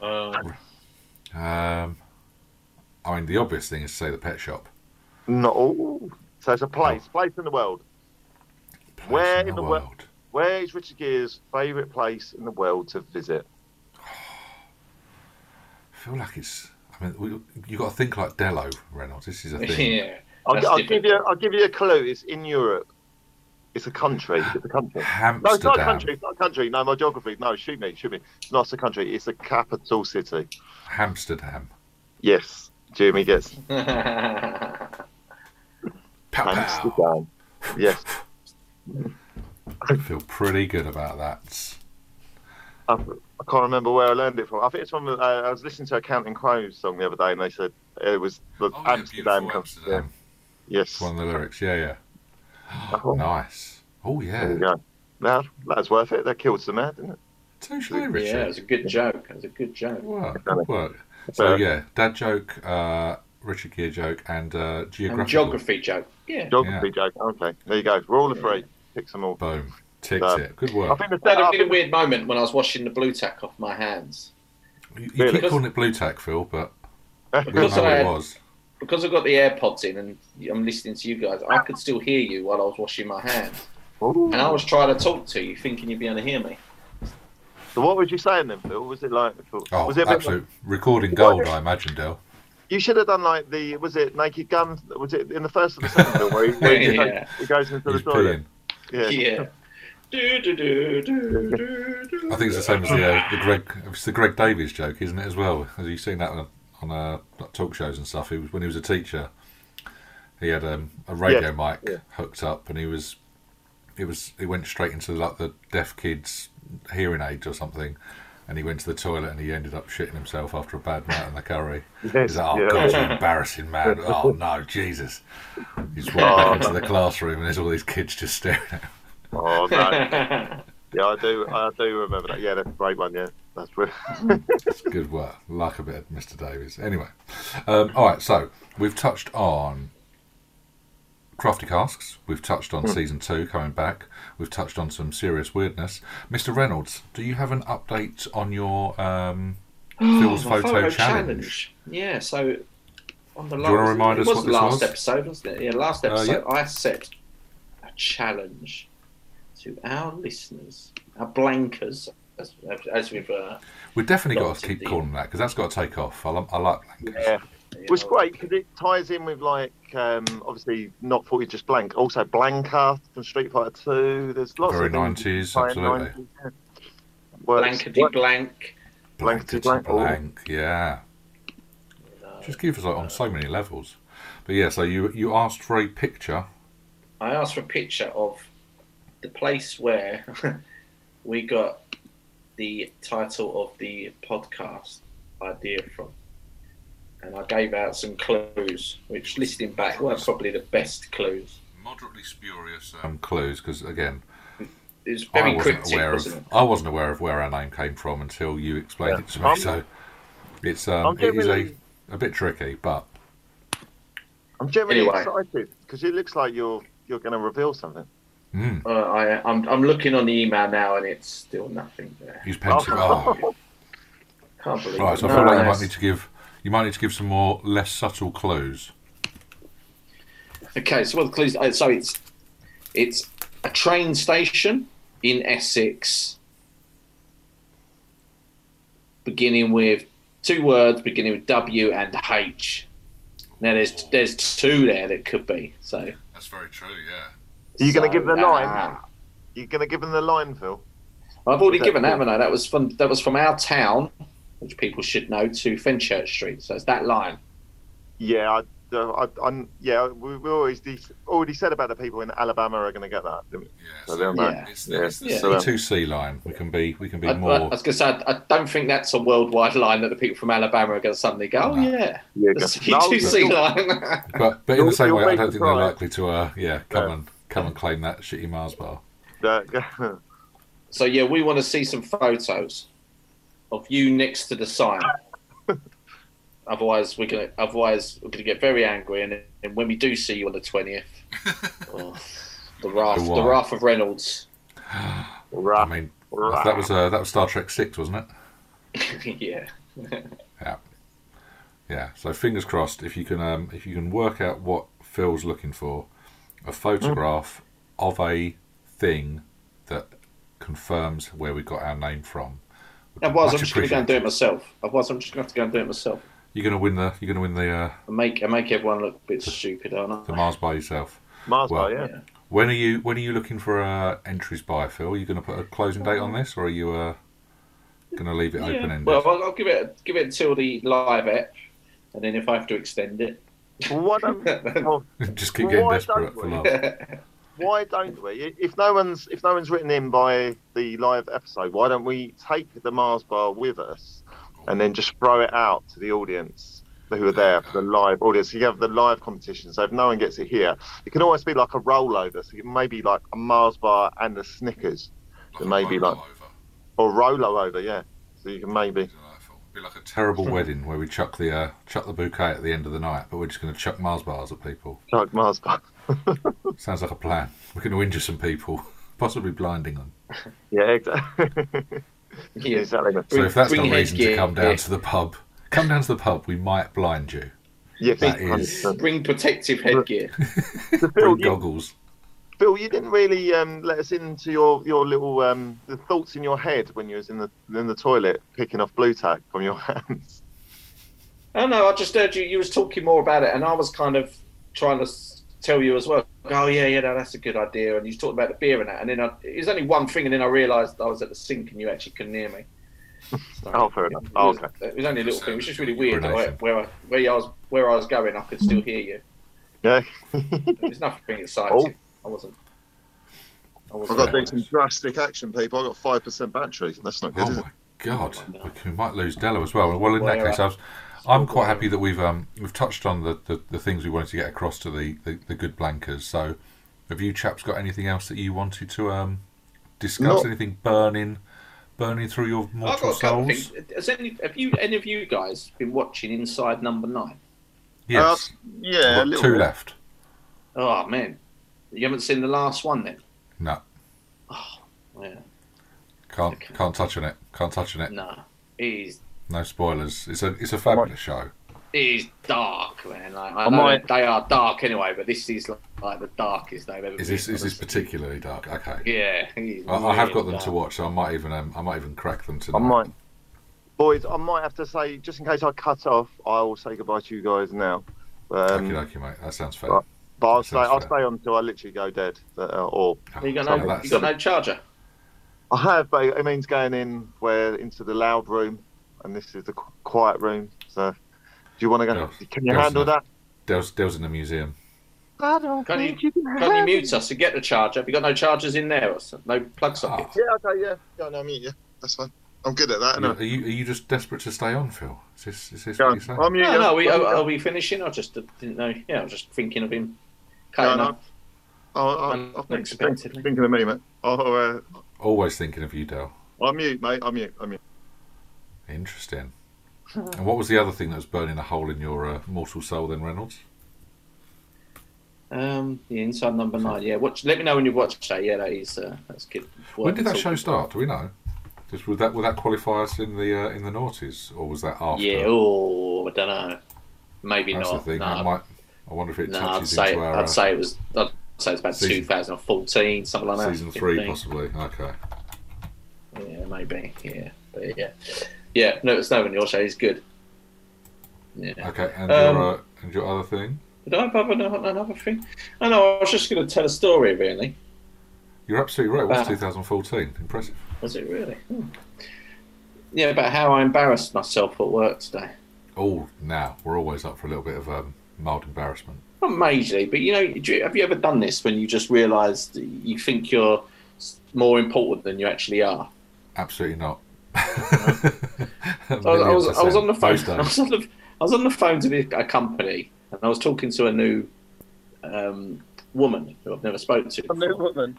S2: Uh,
S1: Um, I mean, the obvious thing is to say the pet shop.
S2: No, so it's a place, place in the world.
S1: Place
S2: Where in the wo- Where is Richard Gere's favourite place in the world to visit?
S1: I feel like it's. I mean, we, you got to think like Dello, Reynolds. This is a thing.
S4: yeah.
S2: I'll,
S4: That's
S2: I'll give you
S4: difficult.
S2: I'll give you a clue. It's in Europe. It's a country. It's a country. No, it's not a
S1: Hamsterdam.
S2: country. It's not a country. No, my geography. No, shoot me, shoot me. It's not a country. It's a capital city.
S1: Hamsterdam.
S2: Yes, Jimmy gets
S1: Pow, pow.
S2: Amsterdam. Yes,
S1: I feel pretty good about that.
S2: I, I can't remember where I learned it from. I think it's from. Uh, I was listening to a Counting Crows song the other day, and they said it was the
S1: Oh, yeah,
S2: Amsterdam.
S1: beautiful
S2: comes-
S1: Amsterdam.
S2: Yeah. Yes.
S1: One of the lyrics. Yeah, yeah.
S2: Oh,
S1: Nice. Oh
S2: There you
S1: yeah.
S2: go. Now that's worth it. That killed some man, didn't it?
S1: Touche,
S4: yeah, it
S1: Richard.
S4: was a good joke. It was a good joke.
S1: Good work.
S2: Done
S1: Good
S2: it.
S1: work. So
S2: Uh,
S1: yeah, dad joke, uh, Richard Gere joke, and uh, geographical.
S4: And geography joke. Yeah.
S2: Geography joke. Okay, there you go. Rule of three. Pick some more.
S1: Boom. Ticked
S2: Um,
S1: it. Good
S2: I
S1: work.
S2: think the
S4: That
S2: I
S4: had a
S2: think-
S4: weird moment when I was washing the blue tack off my hands.
S1: You, you
S2: Really?
S1: keep calling it blue tack, Phil, but we don't
S4: Because
S1: know what
S4: I
S1: it
S4: had-
S1: was.
S4: Because I've got the AirPods in and I'm listening to you guys, I could still hear you while I was washing my hands.
S2: Ooh.
S4: And I was trying to talk to you, thinking you'd be able to hear me.
S2: So what was you saying then, Phil? Was it like?
S1: Oh,
S2: was it a bit
S1: absolute recording gold, I imagine, Dale.
S2: You should have done like the was it Naked Gun? Was it in the first of the second film where he, where he
S4: Yeah.
S2: goes- he goes into the
S1: He's
S2: toilet?
S1: peeing.
S2: Yeah.
S4: Yeah. Do, do, do, do, do, do.
S1: I think it's the same as the, uh, the Greg. It's the Greg Davies joke, isn't it? As well, have you seen that on, on uh, like talk shows and stuff? He was when he was a teacher. He had um, a radio mic
S2: yeah.
S1: hooked up, and he was, it was, he went straight into like the deaf kid's hearing aids or something, and he went to the toilet and he ended up shitting himself after a bad night in the curry.
S2: Yes,
S1: He's like, oh
S2: yeah.
S1: god, you embarrassing man! Oh no, Jesus! He's walked back into the classroom and there's all these kids just staring at him.
S2: Oh no. Yeah, I do. I do remember that. Yeah, that's a great one. Yeah, that's real.
S1: Good work. Like a bit of Mr. Davies. Anyway, um, all right, so we've touched on Crafty Casks. We've touched
S2: Hmm.
S1: on season two coming back. We've touched on some serious weirdness. Mr. Reynolds, do you have an update on your um, Phil's
S4: Oh, My
S1: photo, challenge?
S4: Yeah, so on the
S1: you
S4: last,
S1: wanna remind
S4: it
S1: us
S4: was
S1: what
S4: the
S1: this
S4: last
S1: was?
S4: episode, wasn't it? Yeah, last
S1: Uh,
S4: episode I set a challenge to our listeners, our blankers, as, as we've. Uh,
S1: We've definitely got
S4: Lots
S1: to keep
S4: indeed.
S1: calling that because that's got to take off. I, lo- I like that.
S2: Yeah,
S4: you
S2: it was
S4: know,
S2: great because it ties in with like um, obviously not forty, just blank. Also Blanca from Street Fighter Two. There's lots
S1: Very
S2: of
S1: 90s,
S2: things tying
S1: absolutely.
S2: 90s, yeah. Works-
S4: Blankety blank.
S1: Blankety
S2: Blankety blank. Oh.
S1: blank. Yeah.
S4: Uh,
S1: Just give us like, on so many levels. But yeah, so you you asked for a picture.
S4: I asked for a picture of the place where we got the title of the podcast idea from. And I gave out some clues, which listening back were probably the best clues.
S1: Moderately spurious um, clues because again,
S4: It was
S1: I
S4: very
S1: wasn't
S4: cryptic,
S1: aware
S4: wasn't
S1: of. I wasn't aware of where our name came from until you explained
S2: Yeah.
S1: it to me.
S2: I'm-
S1: so it's
S2: I'm
S1: um, it is
S2: generally-
S1: a, a bit tricky, but
S2: I'm generally
S3: Anyway.
S2: excited because it looks like you're you're going to reveal something.
S1: Mm.
S3: Uh, I, I'm, I'm looking on the email now and it's still nothing there.
S1: He's pensive. Oh.
S3: Can't believe
S1: Right,
S3: it.
S1: so I
S3: No,
S1: feel like you
S3: that's-
S1: might need to give you might need to give some more less subtle clues.
S4: Okay, so well, the clues. uh, So it's it's a train station in Essex, beginning with two words, beginning with W and H. Now there's there's two there that could be. So are
S1: That's very true. Yeah.
S2: Are you going to give the line? You're going to give them the line, Phil.
S4: I've already
S2: Is that
S4: given that,
S2: cool?
S4: haven't I? That was from that was from our town, which people should know, to Fenchurch Street. So it's that line.
S2: Yeah, I, I, I, yeah. We, we always de- already said about the people in Alabama are going to get that. didn't we? So they'll know.
S4: Yeah.
S1: It's
S2: Yeah.
S1: the, it's the
S4: Yeah.
S2: um,
S1: C2 C line. We can be we can be
S4: I, I, I
S1: more.
S4: was going to say, I, I don't think that's a worldwide line that the people from Alabama are going to suddenly go, oh,
S1: No.
S4: yeah,
S2: Yeah,
S4: the
S2: go-
S4: C2C
S2: No,
S4: line.
S1: But but in the
S2: You'll-
S1: same way,
S2: you'll
S1: I
S2: make
S1: don't
S2: the
S1: think they're
S2: try.
S1: likely to. Uh, yeah, come
S2: No.
S1: and come and claim that shitty Mars bar.
S2: the-
S4: so, yeah, we want to see some photos of you next to the sign. otherwise, we're going to otherwise we're going to get very angry. And, and when we do see you on the 20th, oh, the wrath,
S1: The
S4: the
S1: what?
S4: wrath of Reynolds.
S1: I
S2: Right,
S1: mean,
S2: right.
S1: that was uh, that was Star Trek Six, wasn't it?
S4: yeah.
S1: Yeah. So fingers crossed. If you can um, if you can work out what Phil's looking for, a photograph of a thing that confirms where we got our name from. would be
S4: Otherwise, I'm
S1: much
S4: just going to go and do
S1: appreciated.
S4: it myself. Otherwise, I'm just going to have to go and do it myself
S1: You're gonna win the. You're gonna win the uh,
S4: and make and make everyone look a bit stupid, aren't
S1: the
S4: I?
S1: Mars by yourself.
S2: Mars
S1: well,
S2: bar, yeah.
S1: When are you? When are you looking for uh, entries by Phil? Are you gonna put a closing date on this, or are you uh, gonna leave it open ended?
S4: Well, I'll, I'll give it give it until the live app, and then if I have to extend it,
S2: Well, why don't
S1: Oh.
S2: well,
S1: Just keep getting
S2: why
S1: desperate
S2: don't
S1: for
S2: we?
S1: love.
S2: why don't we? If no one's if no one's written in by the live episode, why don't we take the Mars bar with us and then just throw it out to the audience who are there for the live audience? You have the live competition, so if no one gets it here, it can always be like a rollover. So it may be like a Mars bar and a Snickers, It may be like- or rollo over, yeah. So you can maybe
S1: Be like a terrible wedding where we chuck the uh, chuck the bouquet at the end of the night, but we're just going to chuck Mars bars at people.
S2: chuck Mars bar.
S1: Sounds like a plan. We're going to injure some people, possibly blinding them.
S2: Yeah, exactly.
S4: Yeah.
S2: exactly.
S1: So if that's
S4: Bring
S1: not
S4: your
S1: reason to
S4: headgear,
S1: come down
S4: yeah.
S1: to the pub, come down to the pub. We might blind you.
S2: Yes,
S1: That is-
S2: 100%.
S4: bring protective headgear.
S2: Phil,
S1: Bring
S2: you-
S1: goggles.
S2: Phil, you didn't really um, let us into your your little um, the thoughts in your head when you was in the in the toilet picking off blue tack from your hands.
S4: I don't know. Oh, I just heard you. You was talking more about it, and I was kind of trying to s- tell you as well. Oh yeah, yeah, no, that's a good idea. And you talked about the beer and that, and then I, it was only one thing, and then I realised I was at the sink, and you actually couldn't hear me. So-
S2: Oh, fair enough.
S4: It
S2: Oh,
S4: was,
S2: okay.
S4: it was only a little thing. It was just really weird that I,
S1: Urination.
S4: where I, where I was where I was going. I could still hear you.
S2: Yeah.
S4: There's nothing exciting. I wasn't. I
S2: Oh. I've
S4: wasn't.
S2: got to do some drastic action, people. I've got five percent battery. That's not good,
S1: Oh
S2: is it?
S1: my god, we, can, we might lose Della as well. Well, in that case, I was, I'm quite happy that we've um, we've touched on the, the, the things we wanted to get across to the, the, the good blankers. So, have you chaps got anything else that you wanted to um, discuss?
S2: No.
S1: Anything burning, burning through your
S4: I've
S1: mortal
S4: got a couple of
S1: souls?
S4: things. Has any, have you any of you guys been watching Inside Number Nine?
S1: Yes,
S2: Uh, yeah, a
S1: We've Oh, got
S2: little
S1: two
S2: bit.
S1: left.
S4: Oh man, you haven't seen the last one then? Oh,
S1: No,
S4: Yeah.
S1: can't
S4: Okay.
S1: can't touch on it. Can't touch on it.
S4: No, he's
S1: No spoilers. It's a it's a fabulous show.
S4: he's dark, man. Like, I
S2: I
S4: know
S2: might-
S4: they are dark anyway, but this is like, like the darkest they've ever.
S1: Is this
S4: been,
S1: is this
S4: honestly.
S1: particularly dark? Okay,
S4: Yeah, he's
S1: I, I have
S4: really
S1: got them
S4: dark.
S1: to watch, so I might even um, I might even crack them
S2: I
S1: tonight.
S2: might, boys. I might have to say, just in case I cut off, I will say goodbye to you guys now. Um,
S1: Okie dokie, mate. That sounds fair.
S2: right. But I'll
S1: That
S2: stay.
S1: sounds
S2: I'll
S1: fair.
S2: stay on until I literally go dead. But, uh, or
S4: You got
S1: Oh,
S4: no,
S1: that's-
S4: you got no charger.
S2: I have, but it means going in where into the loud room, and this is the qu- quiet room. So, do you want to go?
S1: Yeah.
S2: Can you
S1: Yes,
S2: handle
S1: no.
S2: that?
S1: Dale's, Dale's in the museum.
S2: I don't
S4: Can
S2: think
S4: you-
S2: can
S4: Can you
S2: handle-
S4: mute us to get the charger? Have you got no chargers in there? Or something? no plug sockets?
S1: Ah.
S2: Yeah, okay, yeah. Go no, mute you. That's fine. I'm good at that.
S1: Are you, are you just desperate to stay on, Phil? Is this, is this
S2: Go
S1: what
S2: on.
S1: you're saying?
S2: I'll mute
S4: No,
S2: you.
S4: no, are we,
S2: I'll,
S4: are, are we finishing? I just didn't know. Yeah, I was just thinking of him cutting
S2: No, no.
S4: up.
S2: I'll, I'll, I'll think, think,
S4: Unexpectedly.
S2: thinking of me, mate. I'll, uh,
S1: Always thinking of you, Dale.
S2: I'll mute, mate. I'll mute. I'll mute.
S1: Interesting. and what was the other thing that was burning a hole in your uh, mortal soul then, Reynolds?
S4: Um, the inside number nine. Yeah, watch. Let me know when you've watched that. Yeah, that is uh, that's good.
S1: When did
S4: work.
S1: that show start? Do we know? Just would that would that qualify us in the uh, in the noughties, or was that after?
S4: Yeah. Oh, I don't know. Maybe
S1: that's
S4: not.
S1: the thing.
S4: No,
S1: I might. I wonder if it
S4: no, I'd
S1: touches
S4: say
S1: into our uh,
S4: I'd say it was. I'd say it's about
S1: Season-
S4: 2014, something like that.
S1: uh, season three,
S4: 15.
S1: possibly. Okay.
S4: Yeah, maybe. Yeah, but yeah, yeah. No, it's no one your show. He's good. Yeah.
S1: Okay. And
S4: Um,
S1: your uh, and your other thing.
S4: Did I have another, another thing? I know. I was just going to tell a story. Really,
S1: You're absolutely right. It was
S4: about-
S1: 2014. Impressive.
S4: was it really? Hmm. Yeah, about how I embarrassed myself at work today.
S1: Oh, now we're always up for a little bit of um, mild embarrassment.
S4: Not majorly, but you know, do you- have you ever done this when you just realise that you think you're s- more important than you actually are?
S1: Absolutely not.
S4: So I was, I was, I was on the phone.
S1: Most
S4: I
S1: days.
S4: was on the, I was on the phone to the- a company, and I was talking to a new um, woman who I've never spoken to.
S2: A new
S4: before.
S2: woman.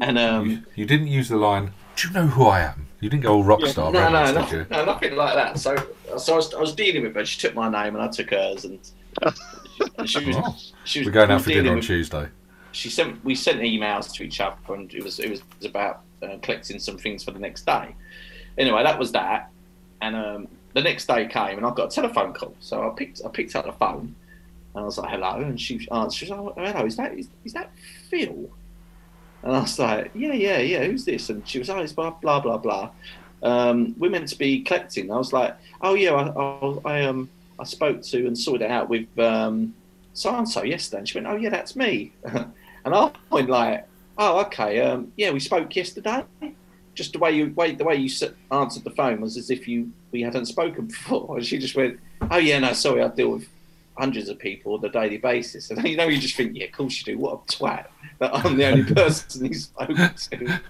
S4: And um,
S1: You, you didn't use the line. Do you know who I am? You didn't go all rock
S2: Yeah.
S1: star.
S4: no, no,
S1: reference,
S4: no,
S1: did you?
S4: no, nothing like that. So, so I was, I was dealing with her. She took my name, and I took hers, and she, and she was.
S1: Oh.
S4: She was
S1: We're going out for
S4: dealing
S1: dinner on
S4: with-
S1: Tuesday.
S4: she sent we sent emails to each other and it was it was about uh, collecting some things for the next day anyway that was that and um, the next day came and i got a telephone call so i picked i picked up the phone and i was like hello and she answered she was like oh, hello is that is, is that phil and i was like yeah yeah yeah who's this and she was oh it's blah blah blah blah um, we're meant to be collecting i was like oh yeah i i, I um i spoke to and sorted it out with um so and so yesterday and she went oh yeah that's me And I went like, "Oh, okay, um, yeah, we spoke yesterday." Just the way you way the way you s- answered the phone was as if you we hadn't spoken before. And she just went, "Oh yeah, no, sorry, I deal with hundreds of people on a daily basis." And you know, you just think, "Yeah, of course you do. What a twat that I'm the only person he's spoken to."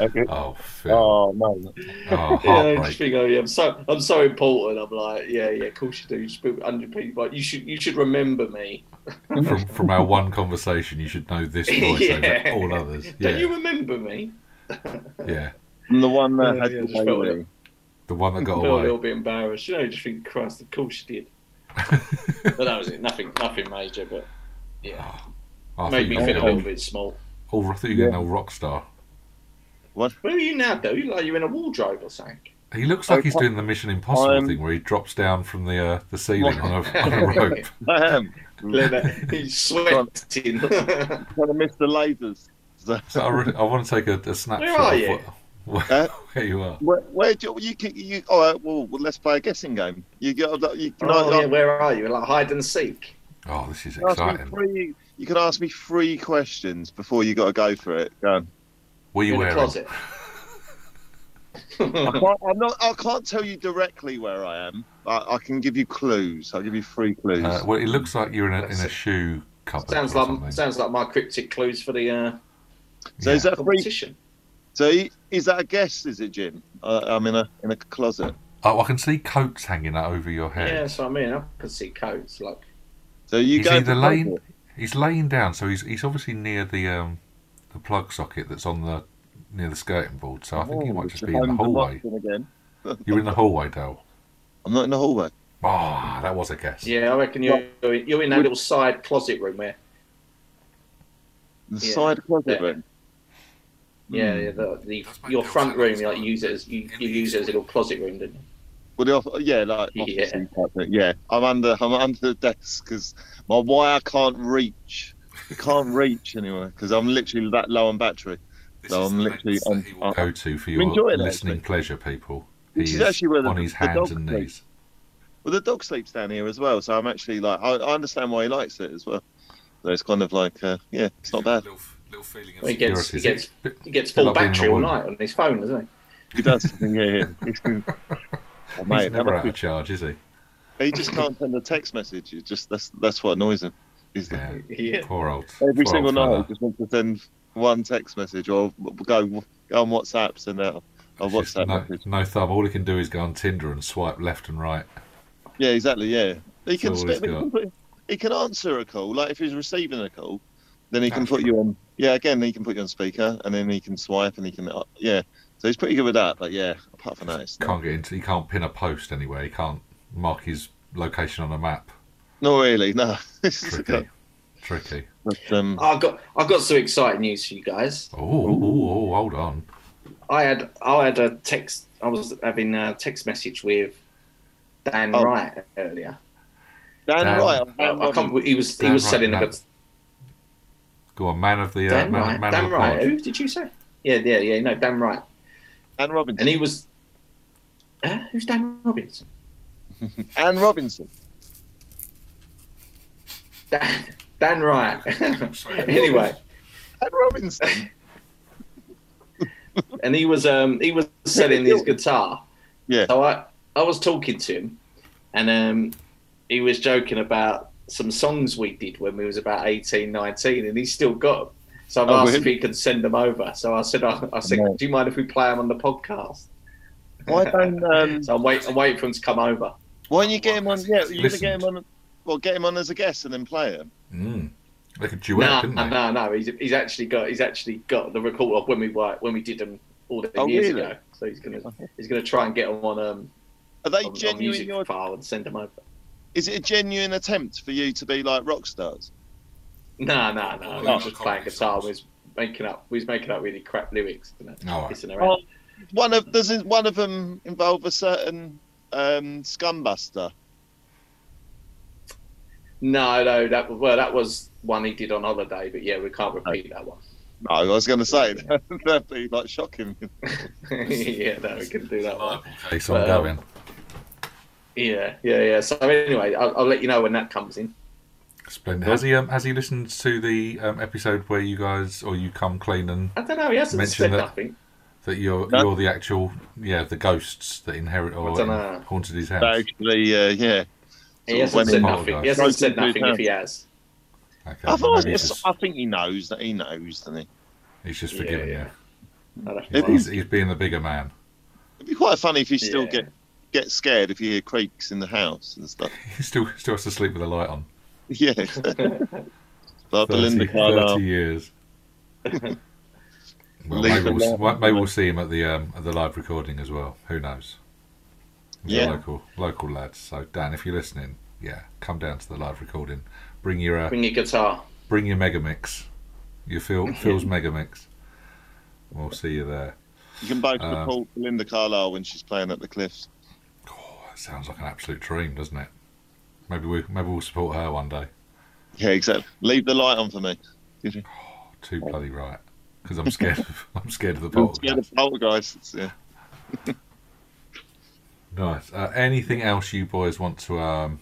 S2: Okay.
S1: Oh, Phil. Oh,
S2: Oh no.
S4: Yeah, you just
S1: heartbreak.
S4: think, "Oh yeah, I'm so I'm so important." I'm like, "Yeah, yeah, of course you do. You speak with hundred people. Like, you should you should remember me."
S1: from, from our one conversation, you should know this voice over
S4: Yeah.
S1: all others.
S4: Don't
S1: Yeah,
S4: you remember me?
S1: yeah.
S2: I'm the one that
S4: Yeah,
S2: had
S4: yeah,
S2: the
S4: just felt
S2: baby.
S1: The one that got
S4: I feel a
S1: away.
S4: little bit embarrassed. You know, you just think, Christ, of course you did. but that was it. Nothing, nothing major, but yeah,
S1: Oh, I
S4: made
S1: think
S4: me
S1: you
S4: feel a
S1: feel
S4: little bit small.
S1: all I think you're an old rock star.
S4: Where are you now, though? You like you're in a wardrobe or something?
S1: He looks like he's
S2: Okay.
S1: doing the Mission Impossible
S2: I'm-
S1: thing where he drops down from the uh, the ceiling on a, on a rope.
S2: I am.
S4: Like that. He's sweating. Where
S2: Gonna miss the lasers. So-
S1: So I, re- I want to take a, a snapshot
S4: are
S1: of
S4: you?
S1: what, where,
S2: Huh?
S1: where you are.
S2: Where, where do you, you, can- you? All right, well, let's play a guessing game. You got. You can
S4: oh,
S2: I-
S4: yeah, where are you? Like hide and seek.
S1: Oh, this is
S2: you can ask me
S1: exciting.
S2: three. You can ask me three questions before you got to go for it. Go on.
S1: What are you
S4: in the
S1: wearing?
S4: closet.
S2: I can't, I'm not, I can't tell you directly where I am, but I can give you clues. I'll give you three clues.
S1: Uh, well, it looks like you're in a, in a shoe cupboard.
S4: sounds
S1: or
S4: like
S1: something.
S4: sounds like my cryptic clues for the uh,
S2: so is
S1: yeah.
S2: that three?
S4: competition.
S2: So i- is that a guess? Is it Jim? Uh, I'm in a in a closet.
S1: Oh, I can see coats hanging out over your head.
S4: Yeah, so I mean, I can see codes like
S2: So you
S1: Is
S2: go.
S1: he the
S2: for
S1: lane?
S2: closet.
S1: He's laying down, so he's he's obviously near the um the plug socket that's on the near the skirting board. So I think he
S2: Oh,
S1: might
S2: it's
S1: just be in the
S2: home
S1: hallway.
S2: boxing Again.
S1: You're in the hallway, Dale.
S2: I'm not in the hallway.
S1: Ah, that was a guess.
S4: yeah, I reckon you're you're in that little side closet room where
S2: The
S4: Yeah.
S2: side closet
S4: Yeah.
S2: room.
S4: Yeah,
S2: Hmm.
S4: yeah the, the
S1: That's my
S4: your
S1: girl's
S4: front
S1: house.
S4: room, you like use it as you, you use it as a little closet room, didn't you?
S2: Well, the off- yeah, like
S4: Yeah.
S2: office type thing. yeah. I'm under, I'm under the desk because my wire can't reach. It can't reach anywhere because I'm literally that low on battery. So I'm literally on. on-
S1: Go to for
S2: I'm
S1: your
S2: enjoying it,
S1: listening
S2: actually.
S1: pleasure, people. He
S2: This
S1: is
S2: is actually where the-
S1: on his
S2: the
S1: hands
S2: dog
S1: and
S2: sleeps.
S1: knees.
S2: well, the dog sleeps down here as well, so I'm actually like, I, I understand why he likes it as well. So it's kind of like, uh, yeah, it's not bad.
S1: Little, little feeling
S4: Well, he gets he
S1: security.
S4: gets he gets
S1: Fill
S4: full
S1: up in the
S4: battery all
S1: wood.
S4: night on his phone, doesn't
S2: He does. yeah, yeah. He's, Oh,
S1: He's
S2: mate, how
S1: never
S2: much
S1: out of charge, is he?
S2: we- he just can't send a text message. It's just that's that's what annoys him. He's the-
S1: Yeah,
S4: he? Yeah.
S1: poor old.
S2: Every
S1: poor
S2: single
S1: old
S2: night,
S1: fella.
S2: I just want to send one text message or go, go on WhatsApp, send out a
S1: It's just
S2: WhatsApp
S1: no,
S2: message.
S1: no thumb. All he can do is go on Tinder and swipe left and right.
S2: Yeah, exactly. Yeah, he can,
S1: all
S2: sp-
S1: he's
S2: he, can
S1: got.
S2: put, he can answer a call. Like if he's receiving a call, then he can put you on. Yeah, again, he can put you on speaker, and then he can swipe, and he can. uh, Yeah, so he's pretty good with that. But yeah, apart from that, it's not,
S1: Can't get into. He can't pin a post anywhere. He can't mark his location on a map.
S2: not really. No, It's
S1: Tricky. tricky.
S2: But, um,
S4: I got I got some exciting news for you guys.
S1: Oh, oh, oh, hold on.
S4: I had I had a text. I was having a text message with Dan
S2: Oh.
S4: Wright earlier.
S2: Dan
S1: Dan-
S2: Wright.
S4: I, I can't. He was he
S1: Dan
S4: was
S1: Wright,
S4: selling a
S1: no.
S4: good.
S1: Go on, man of the uh,
S4: Dan
S1: man,
S4: Wright.
S1: man of
S4: Dan
S1: the
S4: Wright.
S1: pod.
S4: Who did you say? Yeah, yeah, yeah. No, Dan Wright.
S2: Dan Robinson.
S4: And he was. Uh, who's Dan Robbins?
S2: Anne Robinson.
S4: Dan, Dan Wright. anyway,
S2: Anne Robinson.
S4: and he was um he was selling his guitar.
S2: Yeah.
S4: So I I was talking to him, and um he was joking about some songs we did when we was about 18, 19, and he's still got 'em. So I've
S2: Oh,
S4: asked
S2: really?
S4: if he can send them over. So I said, "Oh, I, I said,
S2: No.
S4: do you mind if we play them on the podcast?
S2: Why don't um,
S4: So I'm wait, I'm waiting for him to come over.
S2: Why don't you get him on? Yeah, you're gonna get
S1: Listened.
S2: him on. Well, get him on as a guest and then play him.
S1: Mm. They could duet,
S4: no,
S1: couldn't
S4: no,
S1: they?
S4: no, He's, he's actually got he's actually got the record of when we were, when we did them all the
S2: Oh,
S4: years
S2: really?
S4: ago. So he's gonna he's gonna try and get them on um
S2: Are they
S4: on, on
S2: genuine?
S4: music
S2: Your,
S4: file and send them over.
S2: is it a genuine attempt for you to be like rock stars?
S4: No, no, no. We
S1: No.
S4: were just playing guitar. We was making up. We was making up really crap lyrics. You know,
S1: All right.
S4: pissing around.
S2: One of does it- one of them involve a certain um, scumbuster?
S4: No, no. That was- well, that was one he did on holiday. But yeah, we can't
S1: Oh.
S4: repeat that one.
S2: No, I was going to say that'd be like shocking.
S4: yeah, no, we can do that one.
S1: It's
S4: Well,
S1: ongoing.
S4: Yeah, yeah, yeah. So anyway, I'll, I'll let you know when that comes in.
S1: Splendid. Has he um, has he listened to the um, episode where you guys or you come clean and
S4: I don't know. He hasn't
S1: Mention
S4: said
S1: that.
S4: nothing.
S1: that you're
S2: No.
S1: you're the actual yeah the ghosts that inherit or
S4: dunno.
S1: haunted his house?
S2: Actually, uh, yeah.
S4: He
S2: Sort of
S4: hasn't
S2: when
S4: said
S2: it-
S4: nothing. He hasn't said nothing. If he has.
S1: Okay,
S2: I, thought
S1: maybe he's
S2: it's-
S1: just,
S2: I think he knows that he knows, doesn't he?
S1: he's just
S4: Yeah,
S1: forgiven
S4: yeah. I'd have to
S1: you.
S2: Maybe
S1: He's,
S4: ask.
S1: he's being the bigger man.
S2: It'd be quite funny if you still
S4: Yeah.
S2: get get scared if you hear creaks in the house and stuff.
S1: He still still has to sleep with the light on.
S2: Yeah, like
S1: 30, 30
S2: Belinda Carlisle.
S1: years. well, maybe
S2: Leave the
S1: we'll,
S2: light
S1: well,
S2: on.
S1: maybe we'll see him at the um, at the live recording as well. Who knows? He's a
S2: Yeah.
S1: local local lads. So Dan, if you're listening, yeah, come down to the live recording. Bring your uh,
S4: Bring your guitar.
S1: bring your Megamix. Your Phil Phil's Megamix. We'll see you there.
S2: You can both
S1: Uh,
S2: report Belinda Carlisle when she's playing at the Cliffs.
S1: Oh, that sounds like an absolute dream, doesn't it? Maybe we maybe we'll support her one day.
S2: Yeah, exactly. Leave the light on for me.
S1: Oh, Too bloody right. Because I'm scared. Of, I'm scared of the
S2: I'm
S1: bottle.
S2: scared of poltergeists. Yeah.
S1: Nice. Uh, anything else you boys want to um,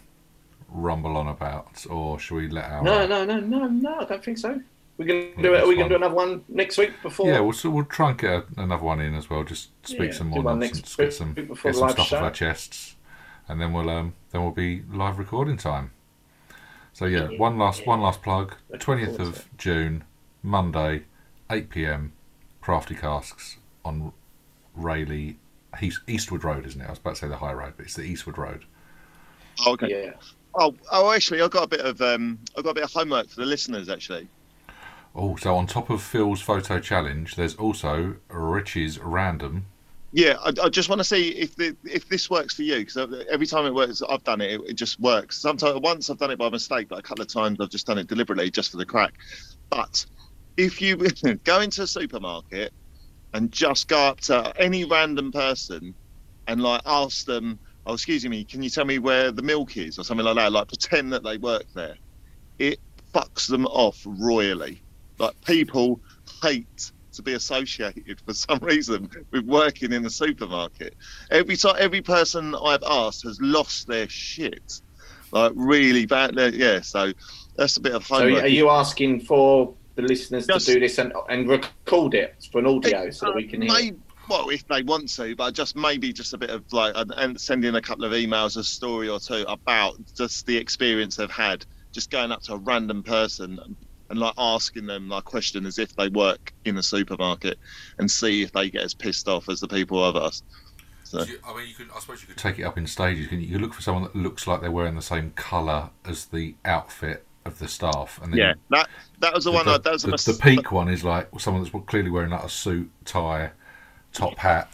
S1: rumble on about, or should we let our?
S4: No, no, no, no, no. I don't think so. We're gonna
S1: Yeah,
S4: do it. Are we
S1: that's
S4: gonna do
S1: fine.
S4: another one next week before?
S1: Yeah, we'll so we'll try and get a, another one in as well. Just speak
S4: Yeah,
S1: some
S4: do
S1: more
S4: one
S1: nonsense,
S4: next
S1: get some
S4: week before
S1: get
S4: the
S1: some
S4: live
S1: stuff off
S4: show.
S1: our chests, and then we'll um then we'll be live recording time. So yeah,
S4: Yeah,
S1: one last
S4: yeah.
S1: one last plug.
S4: Looking
S1: Twentieth
S4: forward to
S1: of June, Monday, eight pm, Crafty Casks on Rayleigh Heath- Eastwood Road, isn't it? I was about to say the high road, but it's the Eastwood Road.
S2: Oh, okay.
S4: Yeah.
S2: Oh, oh, actually, I got a bit of um, I got a bit of homework for the listeners. Actually,
S1: Oh, so on top of Phil's photo challenge, there's also Richie's random.
S2: yeah, I, I just want to see if the, if this works for you because every time it works, I've done it, it. It just works. Sometimes once I've done it by mistake, but a couple of times I've just done it deliberately just for the crack. But if you go into a supermarket and just go up to any random person and like ask them, "Oh, excuse me, can you tell me where the milk is?" or something like that, like pretend that they work there, it fucks them off royally. Like people hate to be associated for some reason with working in the supermarket. Every time, every person I've asked has lost their shit, like really bad. Yeah, so that's a bit of
S4: So
S2: homework.
S4: are you asking for the listeners
S2: Just-
S4: to do this and, and record it for an audio so that we can hear? it?
S2: Um, May- well, if they want to, but just maybe just a bit of like, and- and send in a couple of emails, a story or two about just the experience they've had, just going up to a random person and like asking them like question as if they work in a supermarket, and see if they get as pissed off as the people I've asked. So
S1: You- I mean, you could. I suppose you could take it up in stages. couldn't You you could look for someone that looks like they're wearing the same colour as the outfit of the staff, and then
S2: yeah, that that was the, one. I, that was
S1: the,
S2: a
S1: the
S2: mis-
S1: peak one is like someone that's clearly wearing like a suit, tie, top hat.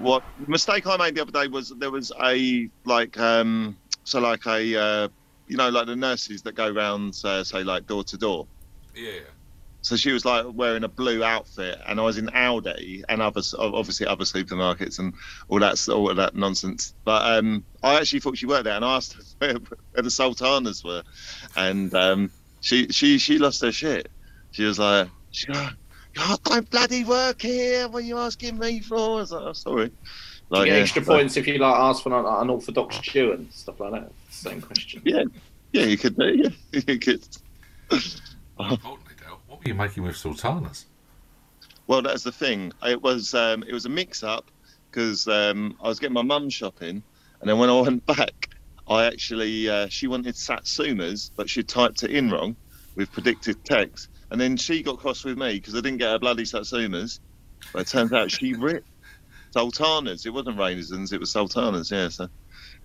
S2: what mistake I made the other day was there was a like um so like a uh, you know, like the nurses that go round, uh, say, like door to door.
S1: Yeah.
S2: So she was like wearing a blue outfit, and I was in Aldi and other obviously other supermarkets and all that all of that nonsense. But um, I actually thought she worked there, and I asked her where, where the sultanas were, and um, she she she lost her shit. She was like, she goes, "I don't bloody work here. What are you asking me for?" I was like, "I'm sorry."
S4: you
S2: Like,
S4: get
S2: yeah,
S4: extra
S2: so-
S4: points if you like ask for like, an orthodox Jew and stuff like that. Same question.
S2: Yeah, yeah, you could do. Yeah, you could. Uh-huh.
S1: Importantly, Dale, what were you making with sultanas?
S2: Well, that's the thing. It was um, it was a mix up because um, I was getting my mum shopping, and then when I went back, I actually uh, she wanted satsumas, but she typed it in wrong with predicted text, and then she got cross with me because I didn't get her bloody satsumas. But it turns out she ripped sultanas. It wasn't raisins, it was sultanas. Yeah, so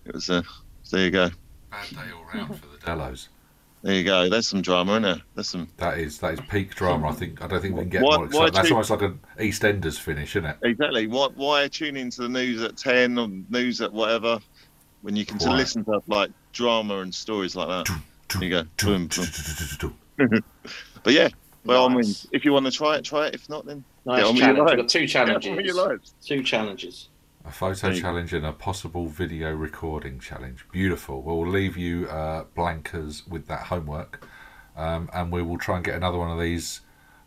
S2: it was. Uh, so there you go.
S1: Bad day all
S2: Mm-hmm.
S1: round for the Dellos.
S2: There you go. That's some drama, isn't it? That's some
S1: That is that is peak drama. I think I don't think we can get
S2: Why-
S1: more
S2: why
S1: exciting. That's
S2: two-
S1: almost like an EastEnders finish, isn't it?
S2: Exactly. Why, why tune into the news at 10 or news at whatever when you can to
S1: Why?
S2: listen to like drama and stories like that? There you go. Boom, boom. But yeah, well, I mean,
S4: Nice.
S2: if you want to try it, try it. If not, then
S4: Nice
S2: Yeah, I'm with you,
S4: challenge.
S2: mate.
S4: We've got two
S2: get on
S4: challenges.
S2: with your lives.
S4: two challenges.
S1: A photo
S2: There you go.
S1: challenge and a possible video recording challenge. Beautiful. Well, we'll leave you uh, blankers with that homework, um, and we will try and get another one of these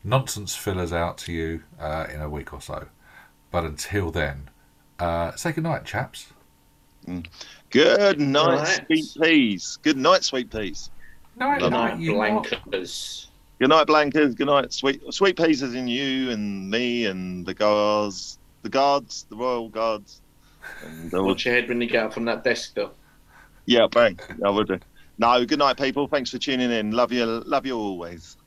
S1: nonsense fillers out to you uh, in a week or so. But until then, uh, say good night, chaps.
S2: Good night,
S4: Right.
S2: sweet peas. Good night, sweet peas.
S1: Night,
S2: Good
S4: Night
S1: you lot.
S4: blankers.
S2: Good night, blankers. Good night, sweet sweet peas, as in you and me and the guards, the guards, the royal guards. And uh, all-
S4: Watch your head when you get up from that desk, though.
S2: yeah, bang. I would do. No, good night, people. Thanks for tuning in. Love you. Love you always.